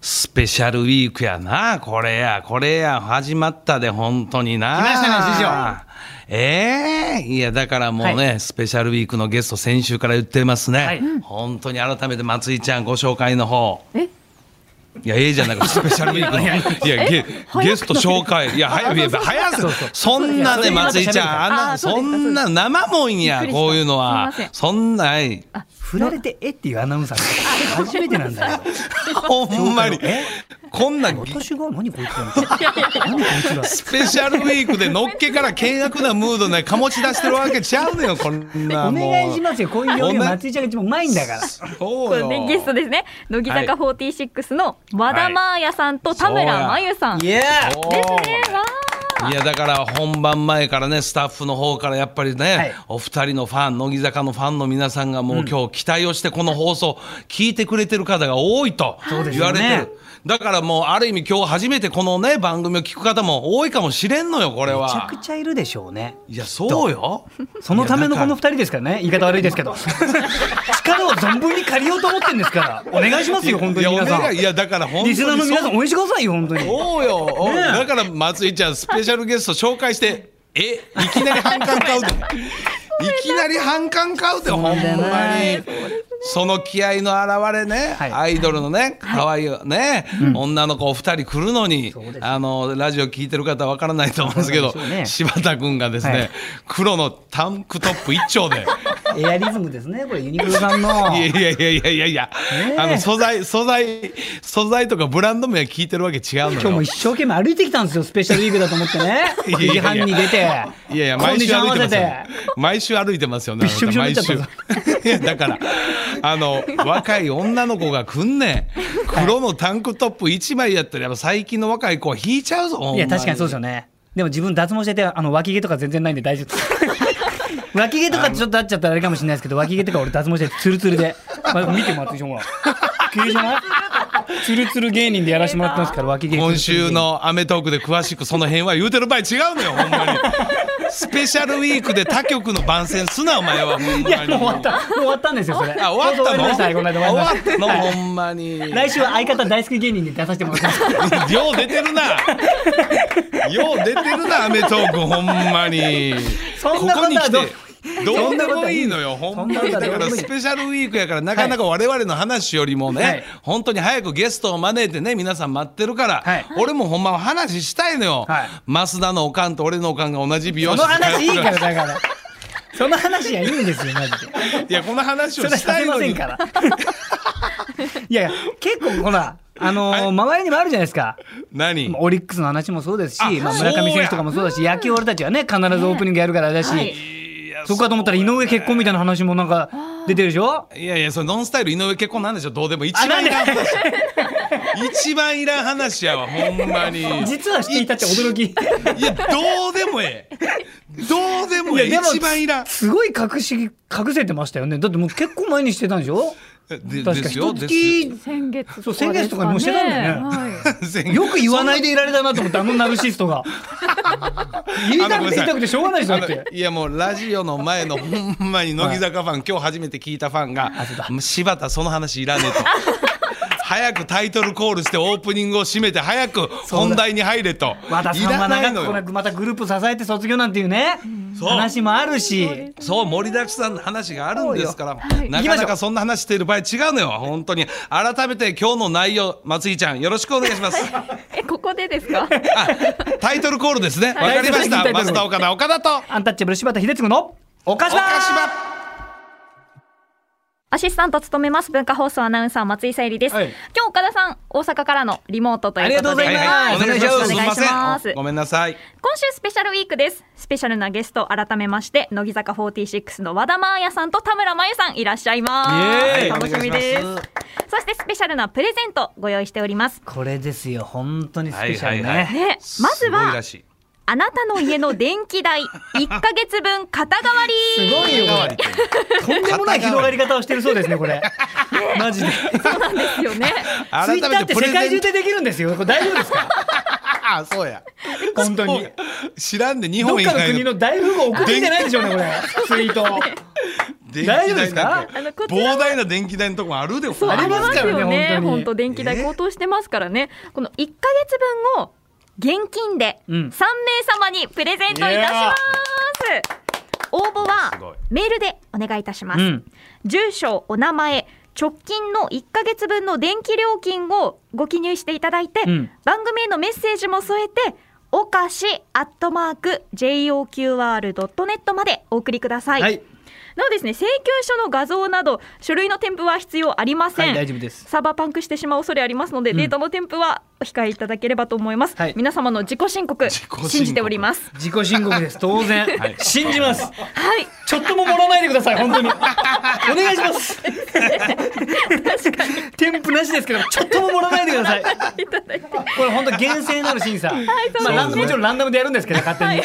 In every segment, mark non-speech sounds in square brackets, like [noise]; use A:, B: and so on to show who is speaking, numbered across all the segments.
A: スペシャルウィークやな、これや、これや、始まったで、本当にな。
B: 来ましたね師匠
A: ええいや、だからもうね、
B: は
A: スペシャルウィークのゲスト、先週から言ってますね。
B: はい
A: 本当に改めて、松井ちゃん、ご紹介の方。
C: え
A: いや、ええじゃないか、スペシャルウィークの。いや、ゲゲスト紹介。いや、早いや早すそんなね、
B: そう
A: 松井ちゃん、あん
C: あ
A: な、
C: そうで
A: そ
C: すか
A: んな生もんや
C: びっく、りした
A: こういうのは
C: すいません。
A: そんな、はい
B: 振られてえっていうアナウンサーが初めてな
A: [laughs]
B: んだよ。
A: ほんまに
B: え。
A: こんな
B: 私が何こいつがみたいな。 [laughs] 何こいつが。
A: スペシャルウィークでのっけから険悪なムードね、醸し出してるわけちゃうのよ、こんな
B: [laughs]
A: [laughs]
B: お
A: もう。
B: 願いしますよ。こういう表現
A: ごめん
B: 松井ちゃんが一番うまいんだから。
A: そ
C: こ
A: う
C: れ
A: よ
C: ねゲストですね乃木坂46の和田真彩さんと田村真由さん、
B: いやー。
A: おー
C: えーわ
A: いやだから本番前からねスタッフの方からやっぱりね、
B: はい
A: お二人のファン乃木坂のファンの皆さんがもう今日期待をしてこの放送聞いてくれてる方が多いと
B: そうです
A: 言わ
B: よ
A: れ
B: ね
A: てる、だからもうある意味今日初めてこのね番組を聞く方も多いかもしれんのよこれ
B: めちゃ
A: は
B: くちゃいるでしょうね。
A: いやそうよ
B: そのためのこの二人ですからね。言い方悪いですけど。力を存分に借りようと思ってんですから。お願いしますよ、本当に皆さ
A: いやお願
B: ん
A: いい。やだから本当
B: リ
A: に
B: ス
A: そう
B: ナーの皆さん応援してくださいよ、本当に。
A: そうよ、おだから松井ちゃんスペシャルゲスト紹介してえいきなり反感買う
B: [laughs]
A: でいきなり反感買うでほんまにその気合の表れね、
B: はい
A: アイドルのね可愛いね、女の子お二人来るのに、
B: そうです
A: あのラジオ聞いてる方わからないと思うんですけど、
B: そうですよね
A: 柴田君がですね、
B: はい
A: 黒のタンクトップ一丁
B: [laughs]
A: で。
B: エアリズムですね、これユニクロさんの。
A: いやいやいやいやいやいや、
B: え
A: あの素材素材素材とかブランド名聞いてるわけ違うのよ
B: 今日も一生懸命歩いてきたんですよ、スペシャルウィークだと思ってね。9時半に出て。
A: いやいや、
B: コン
A: 毎
B: デ
A: 週
B: ィション合
A: 歩いて
B: わ
A: ま
B: せ
A: すよ
B: て。。
A: 毎週歩いてますよね。
B: びっしょびしょ
A: 毎
B: になっち
A: 週。 [laughs]
B: ゃ
A: いや、
B: っ
A: だから、あの、若い女の子が来んねん。黒のタンクトップ一枚やったら、やっぱ最近の若い子は引いちゃうぞ。ほんま
B: いや、確かにそうです
A: よ。
B: よね。でも自分脱毛してて、あの、脇毛とか全然ないんで大丈夫です。 [laughs] 脇毛とかちょっとあっちゃったらあれかもしれないですけど、脇毛とか俺脱毛してツルツルで。ま [laughs] あ、見てもらっていいでしょ、ほら。綺麗じゃないツルツル芸人でやらせてもらってますから、脇毛。
A: 今週。の『アメトーーク』で詳しくその辺は言うてる場合違うのよ、ほんまに。スペシャルウィークで他局の番宣すな、お前は。ほんまに
B: いや、もう終わった。もう終わったんですよ、それ。
A: あ、終わった
B: り
A: の
B: ましたはいこの間終わりました
A: 終わったの、ほんまに。
B: 来週は相方大好き芸人で出させてもらってま
A: [laughs]
B: す。
A: よう出てるな。よう出てるな、アメトーーク、ほんまに。
B: そんな
A: こ
B: ことはどう
A: こに来てどうでもいいのよ、ほんまに。だ
B: そんなことはどうでも
A: から
B: いい
A: スペシャルウィークやから、なかなか我々の話よりもね、
B: はい
A: 本当に早くゲストを招いてね、皆さん待ってるから、
B: はい
A: 俺もほんまは話したいのよ。
B: はい
A: 増田のおかんと俺のおかんが同じ美容
B: そ
A: 室
B: の話いいから、
A: 通ってる
B: だから。その話はいいんですよ、マジで。
A: いや、この話
B: そ
A: を
B: れは
A: し
B: さ
A: た
B: せ
A: い
B: ま
A: の
B: せん
A: に。
B: から。 [laughs] いやいや、結構ほら、あのー
A: はい
B: 周りにもあるじゃないですか。
A: 何
B: オリックスの話もそうですし、
A: あ
B: まあ、
A: そうや
B: 村上選手とかもそうだし、野球俺たちはね、必ずオープニングやるからだし、
C: はい
A: いや
B: そこかと思ったら井上結婚みたいな話もなんか出てるでしょ
A: いやいや、それノンスタイル井上結婚なんでしょどうでも一
B: あな
A: 番
B: ん
A: い
B: で
A: らん話。一番いらん話
B: [laughs]
A: やわ、ほんまに。
B: 実はしていたって驚き。い
A: いや、どうでもええ。どうでもええ。一番いらん。
B: すごい隠し、隠せてましたよね。だってもう結構前にしてたんでしょ
A: で
B: 確か
A: ですよ
B: 一月、
C: 先月
B: そう先月とかにもしてたんだよね
C: はい
A: ですよ
B: よく言わないでいられたなと思って、あのナルシストが。
A: [laughs]
B: 言いたくて言いたくてしょうがないですよ、
A: あ
B: だって
A: の。いやもうラジオの前のほんまに乃木坂ファン、今日初めて聞いたファンが「柴田その話いらねえ」と
B: [laughs]
A: 「早くタイトルコールしてオープニングを締めて早く本題に入れ」と「
B: 和田さんはい
A: らない
B: 長
A: の
B: く
A: よ
B: このまたグループ支えて卒業なんていうね
A: そう
B: 話もあるし
A: そう盛りだくさんの話があるんですから、
C: はい
A: なかなかそんな話している場合違うのよ本当に改めて今日の内容松井ちゃんよろしくお願いします
C: えここでで
B: [laughs]
C: すか
A: あタイトルコールですねわかりました
B: タイトル
A: 松田岡田岡田と
B: アンタッチャブル柴田秀嗣のおかし
A: 岡
B: ば
A: 島
C: アシスタント務めます文化放送アナウンサー松井さゆりです、
B: はい
C: 今日岡田さん大阪からのリモートということで
B: ありがとうございます
A: お願いします
C: お願いします
A: いませんごめんなさい
C: 今週スペシャルウィークですスペシャルなゲスト改めまして乃木坂46の和田真彩さんと田村真由さんいらっしゃいます
B: イエーイ
C: 楽しみです
A: お願いし
C: そしてスペシャルなプレゼントご用意しております
B: これですよ本当にスペシャル
A: はいはいは
B: ね
C: ねまず
A: すごい
C: は
A: らしい
C: あなたの家の電気代1ヶ月分肩代わり
B: すごいよこれとんでもない広がり方をしてるそうですねこれマジで
C: そうなんですよね
B: ツイッターって世界中
A: ト
B: でできるんですよこれ大丈夫ですか
A: ああ [laughs] そうや
B: 本当に
A: 知らんで日
B: どっ
A: 本以
B: かの
A: 外 [laughs]
B: 国の大富豪送ってんじゃないでしょうねこれツイート
A: 電気
D: 大丈夫です
A: 代
D: か
A: なん
C: あ
A: て
C: のこちら
A: 膨大な電気代のとこもあるで
C: そう
D: あ
C: あ
D: り
C: り
D: ま
C: ますす
D: からね
C: よね
D: 本当に
C: 本当電気代高騰してますからねこの1か月分を現金で
D: うん
C: 3名様にプレゼントいたします応募
A: すご
C: はいメールでお願いいたします、
D: うん
C: 住所お名前直近の1か月分の電気料金をご記入していただいて、
D: うん
C: 番組へのメッセージも添えておかしアットマーク JOQR.net までお送りください、
D: はい
C: なおですね請求書の画像など書類の添付は必要ありません、
D: はい大丈夫です
C: サーバーパンクしてしまう恐れありますので、
D: ん
C: データの添付はお控えいただければと思います、
D: はい
C: 皆様の自己申告
A: 自己申告
C: 信じております
D: 自己申告です当然、
A: はい
D: 信じます
C: はい
D: ちょっとも盛らないでください本当にお願いします
C: 確かに
D: 添付なしですけどちょっとも盛らないでください
C: いただいて
D: これ本当厳正なる審査、
C: そう
D: まあラン
A: そうですね
D: もちろんランダムでやるんですけど勝手に、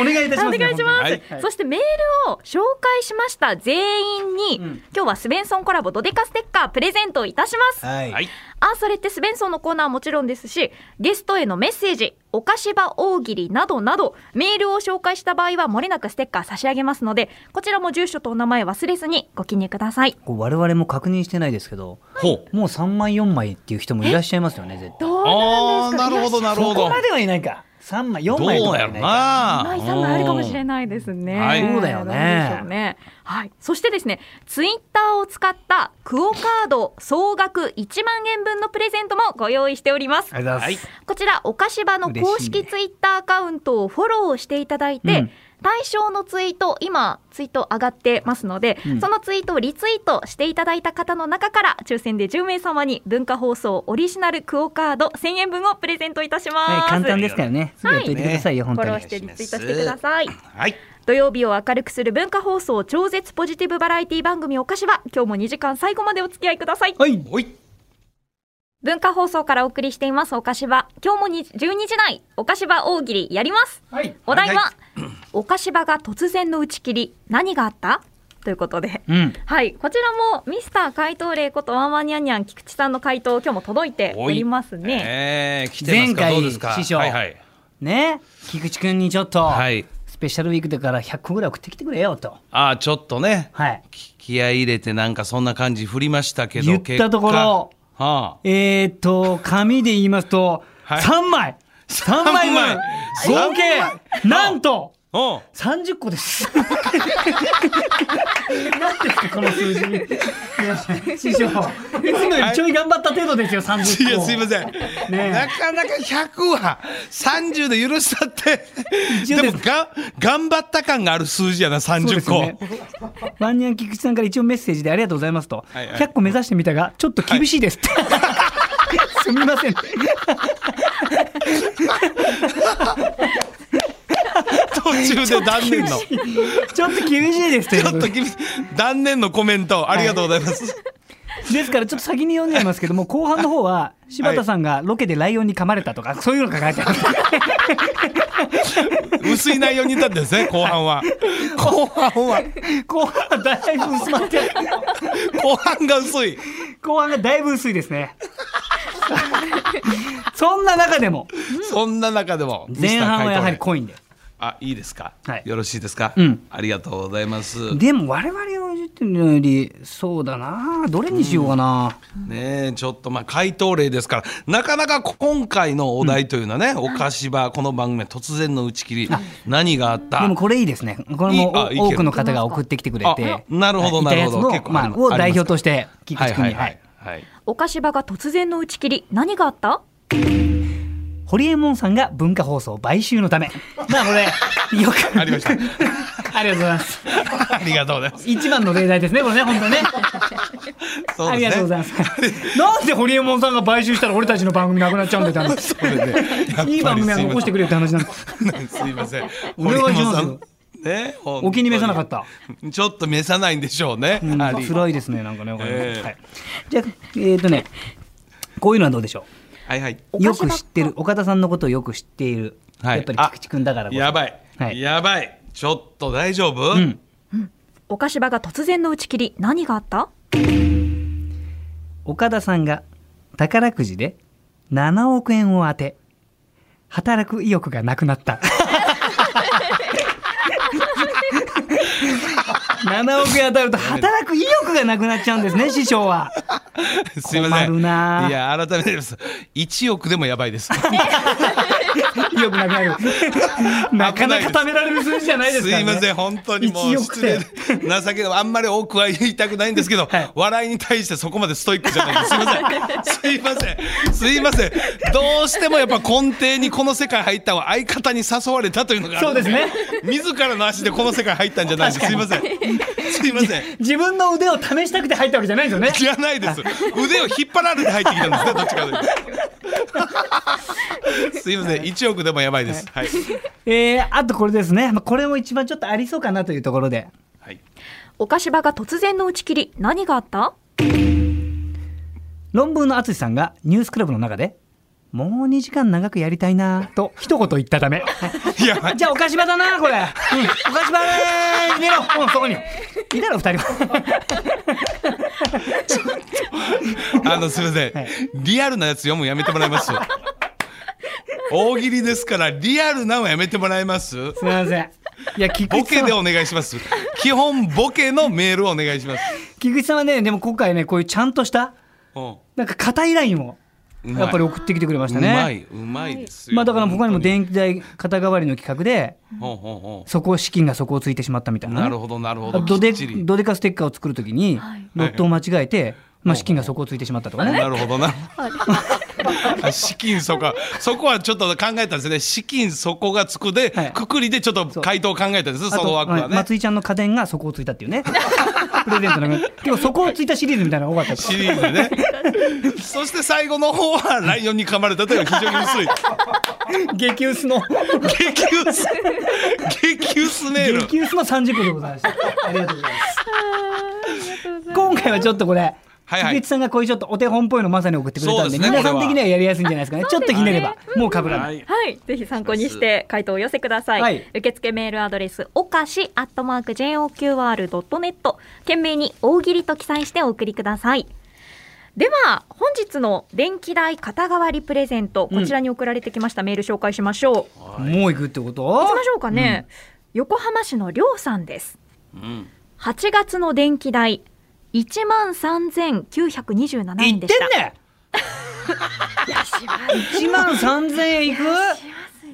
D: お願いいたし
C: お
D: ますね、
C: 願いします、
A: はい
D: はい
C: そしてメールを紹介しました全員に、
D: うん
C: 今日はスベンソンコラボドデカステッカープレゼントいたします
D: は
A: はい
C: あそれってスベンソンのコーナーはもちろんですしゲストへのメッセージお菓子場大喜利などなどメールを紹介した場合はもれなくステッカー差し上げますのでこちらも住所とお名前忘れずにご記入ください
B: こう我々も確認してないですけど
A: ほう
B: もう3枚4枚っていう人もいらっしゃいますよね絶対
C: どう
A: あ
C: な
A: あ
C: ん
A: ー
C: で
A: なるほ
C: すか
A: どなる
D: そこ
A: ほど
D: まではいないか3枚4
A: どう
D: 枚とかは
A: や
D: い
A: ろな
D: ないか
C: 今井さんがあるかもしれないですね。
A: はい
B: そうだよね
C: どうでしょうねはい、そしてですね、ツイッターを使ったクオカード総額1万円分のプレゼントもご用意しております
D: あ。りがとうございます、
C: こちらお菓子場の公式
B: 嬉しいね
C: ツイッターアカウントをフォローしていただいて、
D: うん
C: 対象のツイート今ツイート上がってますので、
D: ん
C: そのツイートをリツイートしていただいた方の中から抽選で10名様に文化放送オリジナルクオカード1000円分をプレゼントいたします、
B: はい、簡単ですからねすぐやっといてくださいよ、
C: フ
B: 本
C: ォ
B: 当
C: ロ
B: に
C: ーしてリツイートしてください
A: はい
C: 土曜日を明るくする文化放送超絶ポジティブバラエティ番組おかしは今日も2時間最後までお付き合いください
A: はいほい
C: 文化放送からお送りしていますおかしは今日もに12時台おかしは大喜利やります
D: はい
C: お題は、
A: は
C: おかしばが突然の打ち切り何があったということで
B: うん
C: はいこちらもミスター回答例ことワンワンニャンニャン菊池さんの回答今日も届いておりますね
A: ねえ来てますか
B: 前回
A: どうですか
B: 師匠
A: はいはい
B: ね菊池君にちょっと、
A: はい
B: スペシャルウィークだから100個ぐらい送ってきてくれよと
A: ああちょっとね
B: はい
A: 気合い入れてなんかそんな感じ振りましたけど
B: 言ったところ
A: 結果は
B: えー、っと紙で言いますと、
A: はい
B: 三3枚3枚分
A: 三枚
B: 合計なんと
A: あうん
B: 30個です。何ですかこの数字。いや師匠、いつもよりちょい頑張った程度ですよ、三十
A: [laughs] い
B: 個。
A: やすいません、
B: え
A: なかなか100は30で許したって
B: 一応
A: で
B: です
A: もが頑張った感がある数字やな
B: そうで
A: 30
B: す
A: 個、
B: ね。ワンニャン菊池さんから一応メッセージでありがとうございますと、
A: はいはい
B: 100個目指してみたがちょっと厳しいですって。すみません。
A: 途中で断念のち
B: [laughs] ちょっと厳しいですというこ
A: ょっ
B: と
A: と
B: で。
A: 厳しい断念のコメントありがとうございます、
B: ですからちょっと先に読んじゃいますけども、後半の方は柴田さんがロケでライオンに噛まれた
A: [laughs]
B: とかそういうのが書いてある。
A: 薄い内容にいたんです
B: [laughs]
A: ね後半は後半は
B: 後半はだいぶ薄まってる。
A: 後半が薄い
B: 後半がだいぶ薄いで
A: [laughs]
B: すね。そんな中でも
A: そんな中でも
B: 前半はやは
A: ミ
B: り
A: スター回答
B: コインで。
A: 例あいいですか、
B: はい
A: よろしいですか、
B: うん
A: ありがとうございます
B: でも我々を言ってるのよりそうだなどれにしようかな。
A: ねえちょっとまあ回答例ですからなかなか今回のお題というのはね、お菓子場この番組は突然の打ち切り何があった
B: でもこれいいですね。これ
A: いい
B: も
A: あいいけ
B: お
A: ど
B: 多くの方が送ってきてくれ
A: あ
B: て、
A: なるほど
B: はい
A: なるほど
B: いたや
A: 結
B: つの
A: 構
B: ま
A: あ
B: あ
A: ります
B: を代表として菊
A: はい
B: 池君
A: は
B: に
A: いは
B: はいい。
A: はい
C: おかしばが突然の打ち切り何があった
B: 堀エモ門さんが文化放送買収のため。まあこれよく
A: ありました
B: ありがとうございます。
A: [laughs] ありがとうございます
B: 一番の例題ですねこれね本当ね。
A: そ
B: ありがとうございます。なんで堀エモ門さんが買収したら俺たちの番組なくなっちゃうんだよ。
A: すそうですね
B: いい番組は残してくれよって話なんで
A: れすいま
B: [laughs]
A: せん
B: お願いしますよ
A: ね
B: お気に召さなかった
A: たちょっと召さないんでしょうね、やはり
B: 辛いですねなんかねわかりません
A: ええ
B: はい、じゃあえっ、とねこういうのはどうでしょ
A: はいはいう
B: よく知ってる岡田さんのことをよく知っている、
A: はい
B: やっぱり菊池君だからこそ
A: やばい、
B: はい
A: やばいちょっと大丈夫、
B: うん
C: おかしばが突然の打ち切り何があった
B: 岡田さんが宝くじで7億円を当て働く意欲 [laughs] がなくなった7億円当たると働く意欲がなくなっちゃうんですね、師匠は。
A: [laughs] すいません
B: 困るない
A: や改めてです1億でもやばいです
B: 意欲なくなる。なかなか貯められる数字じゃないです
A: す
B: から
A: い
B: ね。
A: ません本当にも
B: 1
A: う
B: 億
A: 失礼
B: で
A: で情けないあんまり多くは言いたくないんですけど、
B: はい
A: 笑いに対してそこまでストイックじゃないですすいませんすいませんすいませんどうしてもやっぱ根底にこの世界入ったは相方に誘われたというのがある
B: そうですね
A: 自らの足でこの世界入ったんじゃないんですすいませんすいません
B: 自分の腕を試したくて入ったわけじゃないんですよね。
A: じゃないです。腕を引っ張られて入ってきたんですね、どっちかと
B: [laughs]
A: いうと。すいません、1億でもやばいです。はい。
B: えー、あとこれですね。まあ、これも一番ちょっとありそうかなというところで。
A: はい。
C: 岡芝が突然の打ち切り何があった
B: 論文の淳さんがニュースクラブの中で、もう2時間長くやりたいなと一言言ったため。
A: いや、
B: じゃあ、お菓子場だな、これ。うん、お菓子場でー入れろ、うん、そこに。いいだろ、二人は。
A: [laughs] あの、すいません、リアルなやつ読むのやめてもらい
B: [laughs]
A: ます。大喜利ですから、リアルなのやめてもらいます。
B: すみません。いや、菊
A: ボ
B: 池
A: ケ
B: さん
A: でお願いします。基本ボケのメールをお願いします。
B: 菊池さんはね、でも今回ね、こういうちゃんとした、
A: うん
B: なんか硬いラインを、
A: うまい
B: やっぱり送ってきてくれました
A: うま
B: ね。
A: い、うまいですよ。
B: まあ、だから他にも
A: 気。
B: 電気代肩代わりの企画で、
A: ほうほうほ
B: そこ資金がそこをついてしまったみたいうなね。
A: なるほど、なるほ
B: あ
A: ど。
B: ド
A: き
B: デ
A: っちり
B: ドデカステッカーを作るときに
C: はい
B: ロットを間違えて、まあ、資金がそこをついてしまったとかね。
A: なるほどな。あ [laughs] 資金そこ、そこはちょっと考えたんですね。資金そこがつくで、
B: はい
A: くくりでちょっと回答を考えたんです。
B: あ
A: その
B: と、
A: 枠は
B: はい
A: ね。
B: 松井ちゃんの家電がそこをつい
A: [laughs]
B: たっていうね。プレゼントの中で結構そこをついたシリーズみたいなのが多か
A: [laughs]
B: ったです
A: シリーズね。 [laughs] そして最後の方はライオンに噛まれたという非常に薄い。
B: 激薄の、
A: 激薄。激薄メール。
B: 激薄の30個でございました。ありがとうございます。今回はちょっとこれ、
A: はいはい
B: 菊池さんがこういうちょっとお手本っぽいのまさに送ってくれたん
A: そ
B: で、
A: うですね
B: 皆さん
A: これは
B: 的にはやりやすいんじゃないですかね。ちょっとひねれば、もうかぶらない。
A: い。
C: はい、ぜひ参考にして回答をお寄せください。
B: はい
C: 受付メールアドレス、おかし、アットマーク、JOQR.net。懸命に大喜利と記載してお送りください。では、本日の電気代肩代わりプレゼント、こちらに送られてきましたメール紹介しましょう。行
B: もう行くってこと
C: きましょうかね。横浜市のりょうさんです。
A: うん。
C: 8月の電気代、1万3927
B: 行
C: 円
B: って
C: で
B: ん
C: した。
B: [laughs] ね1万3000円いく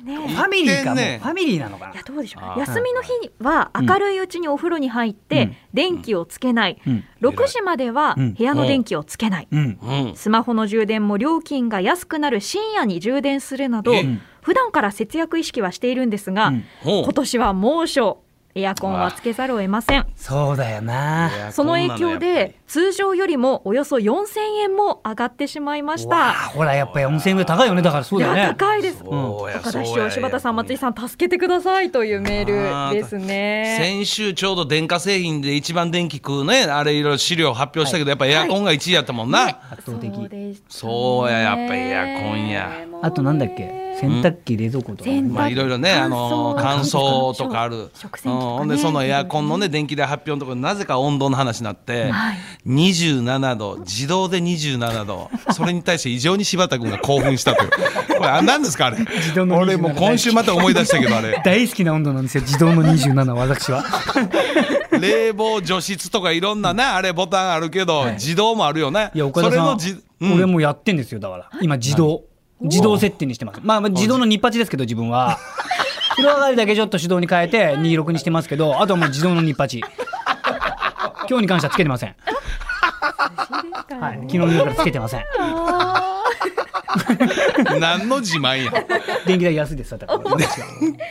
C: ね
B: ファミリーかもう、
A: 言ってんね
B: ファミリーなのかない
C: やどうでしょうね
A: あー
C: 休みの日は明るいうちにお風呂に入って、
B: うん
C: 電気をつけない、
B: うん
C: 6時までは
B: うん
C: 部屋の電気をつけない、
B: うん
A: うん。
C: スマホの充電も料金が安くなる深夜に充電するなど
A: え
C: 普段から節約意識はしているんですが、
B: うん
A: ほう
C: 今年は猛暑エアコンはつけざるを得ません
B: そうだよない
A: や
C: その影響。
A: こんなやっぱ
C: で通常よりもおよそ4000円も上がってしまいまし
B: わあ
C: た
B: ほらやっぱり4000円ぐらい高いよねだからそう
C: い
B: だよね
C: や高いです
A: りそうや
C: 岡田市
A: そう
C: 長
A: や
C: 柴田さん松井さん助けてくださいというメールですね
A: 先週ちょうど電化製品で一番電気食うねあれいろいろ資料発表したけど、やっぱエアコンが1位やったもんな、
B: 圧倒的
C: そうでしたね
A: そうややっぱエアコンや
C: もうね
B: あとなんだっけ洗濯機冷蔵庫とか、
C: 洗濯
A: まあいろいろね、あの乾燥とかある。
C: 食洗
A: うん
C: 機とかね
A: ほんでそのエアコンのね電気代発表のところでなぜか温度の話になって
C: はい、
A: 27度自動で27度、それに対して異常に柴田君が興奮したという。 [laughs] これあ何ですかあれ
B: 動？の27
A: 俺もう今週また思い出したけどあ
B: [laughs]
A: れ。
B: 大好きな温度なんですよ自動の27私
C: [laughs]
B: は
A: 冷房除湿とかいろんなねあれボタンあるけど自動もあるよね。
B: いや岡田さん
A: それのじ
B: 俺もうやってんですよだから今自動自動設定にしてますまあまあ自動の2八ですけど自分
C: [laughs]
B: は風呂上がりだけちょっと手動に変えて26にしてますけどあとはもう自動の2八今日に関してはつけてません、はい、昨日の夜からつけてませ
C: [laughs]
B: ん
A: 何の自慢
B: [laughs]
A: や。
B: 電気代安いです
C: [laughs]
B: だから私は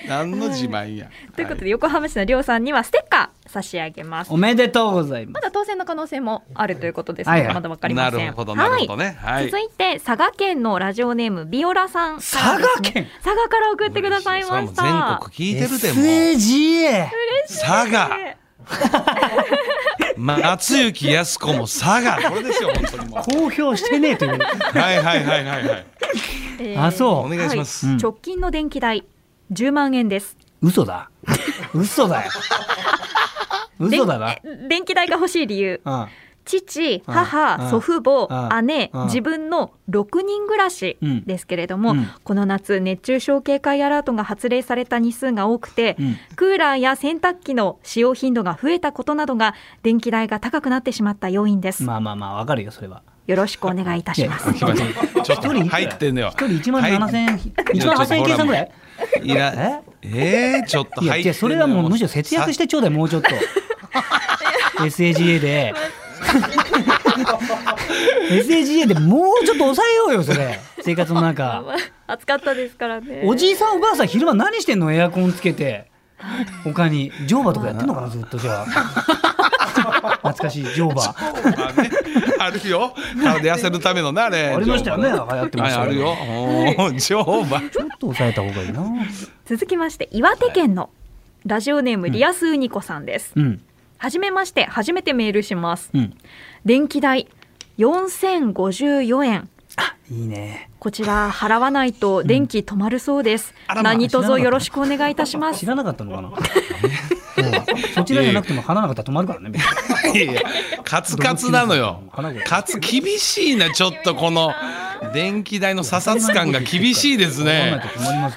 A: 何の自慢や。
C: ということで横浜市のりょうさんにはステッカー差し上げます
B: おめでとうございま
C: ますだ当選の可能性もあるということですの
B: はい
C: で、
B: はい
C: まだわかりません
A: なるほどなるほどね
C: は
A: はいい
C: 続いて佐賀県のラジオネームビオラさんからですね
B: 佐賀県
C: 佐賀から送ってくださいまし
A: それはもう
C: た
A: 全国聞いてるでもう。
B: SAGA
A: 佐賀。
B: [laughs]
A: 松雪康子も佐賀。これですよ、本当にもう。
B: 公表してねえという
A: はいはいはいはいはい。
C: えー
B: あ
A: お
B: そう
A: 願いします。
C: はい直近の電気代10万円です
B: 嘘だ
C: [laughs]
B: 嘘だよ嘘だな
C: 電え電気代が欲しい理由
B: うん
C: 父母、
B: うん
C: 祖父母、
B: うん
C: 姉、
B: うん
C: 自分の6人暮らし
B: うん
C: ですけれども、
B: うん
C: この夏熱中症警戒アラートが発令された日数が多くて、
B: うん
C: クーラーや洗濯機の使用頻度が増えたことなどが電気代が高くなってしまった要因です、
B: まあまあまあわかるよそれは
C: よろしくお願いいたします
A: 来ましたちょっと
B: 一人いくら
A: 入ってんのよ。
B: 一人一万七千一万八千円計算ぐらい
A: いらえー、ちょっと
B: いや
A: 入ってんのよ
B: いやそれはもうむしろ節約してちょうだいもうち
C: [laughs]
B: ょっと SAGA で SAGA でもうちょっと抑えようよそれ生活の中
C: [laughs] 暑かったですからね
B: おじいさんおばあさん昼間何してんのエアコンつけて他に乗馬とかやってんのかなずっと
A: [laughs]
B: じゃあ懐かしい乗馬
A: あねあるよ。体痩せるためのね、あれ。
B: ありましたよね流行ってま
A: は
B: し
A: い、
B: た
A: あるよ。おー乗馬。
B: ちょっと抑えた方がいいな
C: 続きまして岩手県のラジオネームリアスウニコさんです、
B: うん
C: はじめまして初めてメールします
B: うん
C: 電気代4054円
B: いいね
C: こちら払わないと電気止まるそうです、
A: あらまあ
C: 何卒よろしくお願いいたしま
B: [laughs] 知
C: す
B: らなかった
A: [laughs]
B: のかなうんそちらじゃなくても花なかったら止まるからね別に
A: いやいや、カツカツなのよ
B: 花子。
A: カツ厳しいな、ちょっとこの。電気代の査察感が厳しいですね。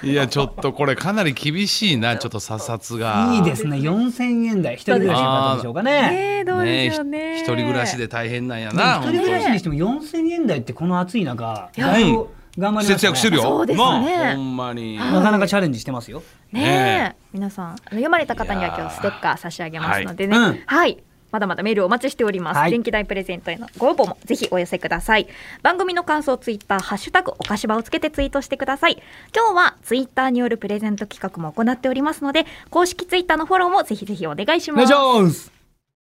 A: いや、ちょっとこれかなり厳しいな、ちょっと査察が。
B: いいですね4000円台一人暮らしの方でしょうかね
C: えー、どうでしょうね
A: ね一人暮らしで大変なんや
B: 一
A: な。
B: 人暮らしにしても4000円台ってこの暑い中だいぶ頑張りましたね
A: 節約してるよ。
C: そうですね
A: なあほんまに。
B: なかなかチャレンジしてますよ
C: ねえ皆さんあの読まれた方には今日ステッカー差し上げますのでね
B: いや
C: は
B: ー
C: い、
B: うん
C: まだまだメールお待ちしております、
B: はい
C: 電気代プレゼントへのご応募もぜひお寄せください番組の感想ツイッターハッシュタグおかしばをつけてツイートしてください今日はツイッターによるプレゼント企画も行っておりますので公式ツイッターのフォローもぜひぜひお願いします
B: ます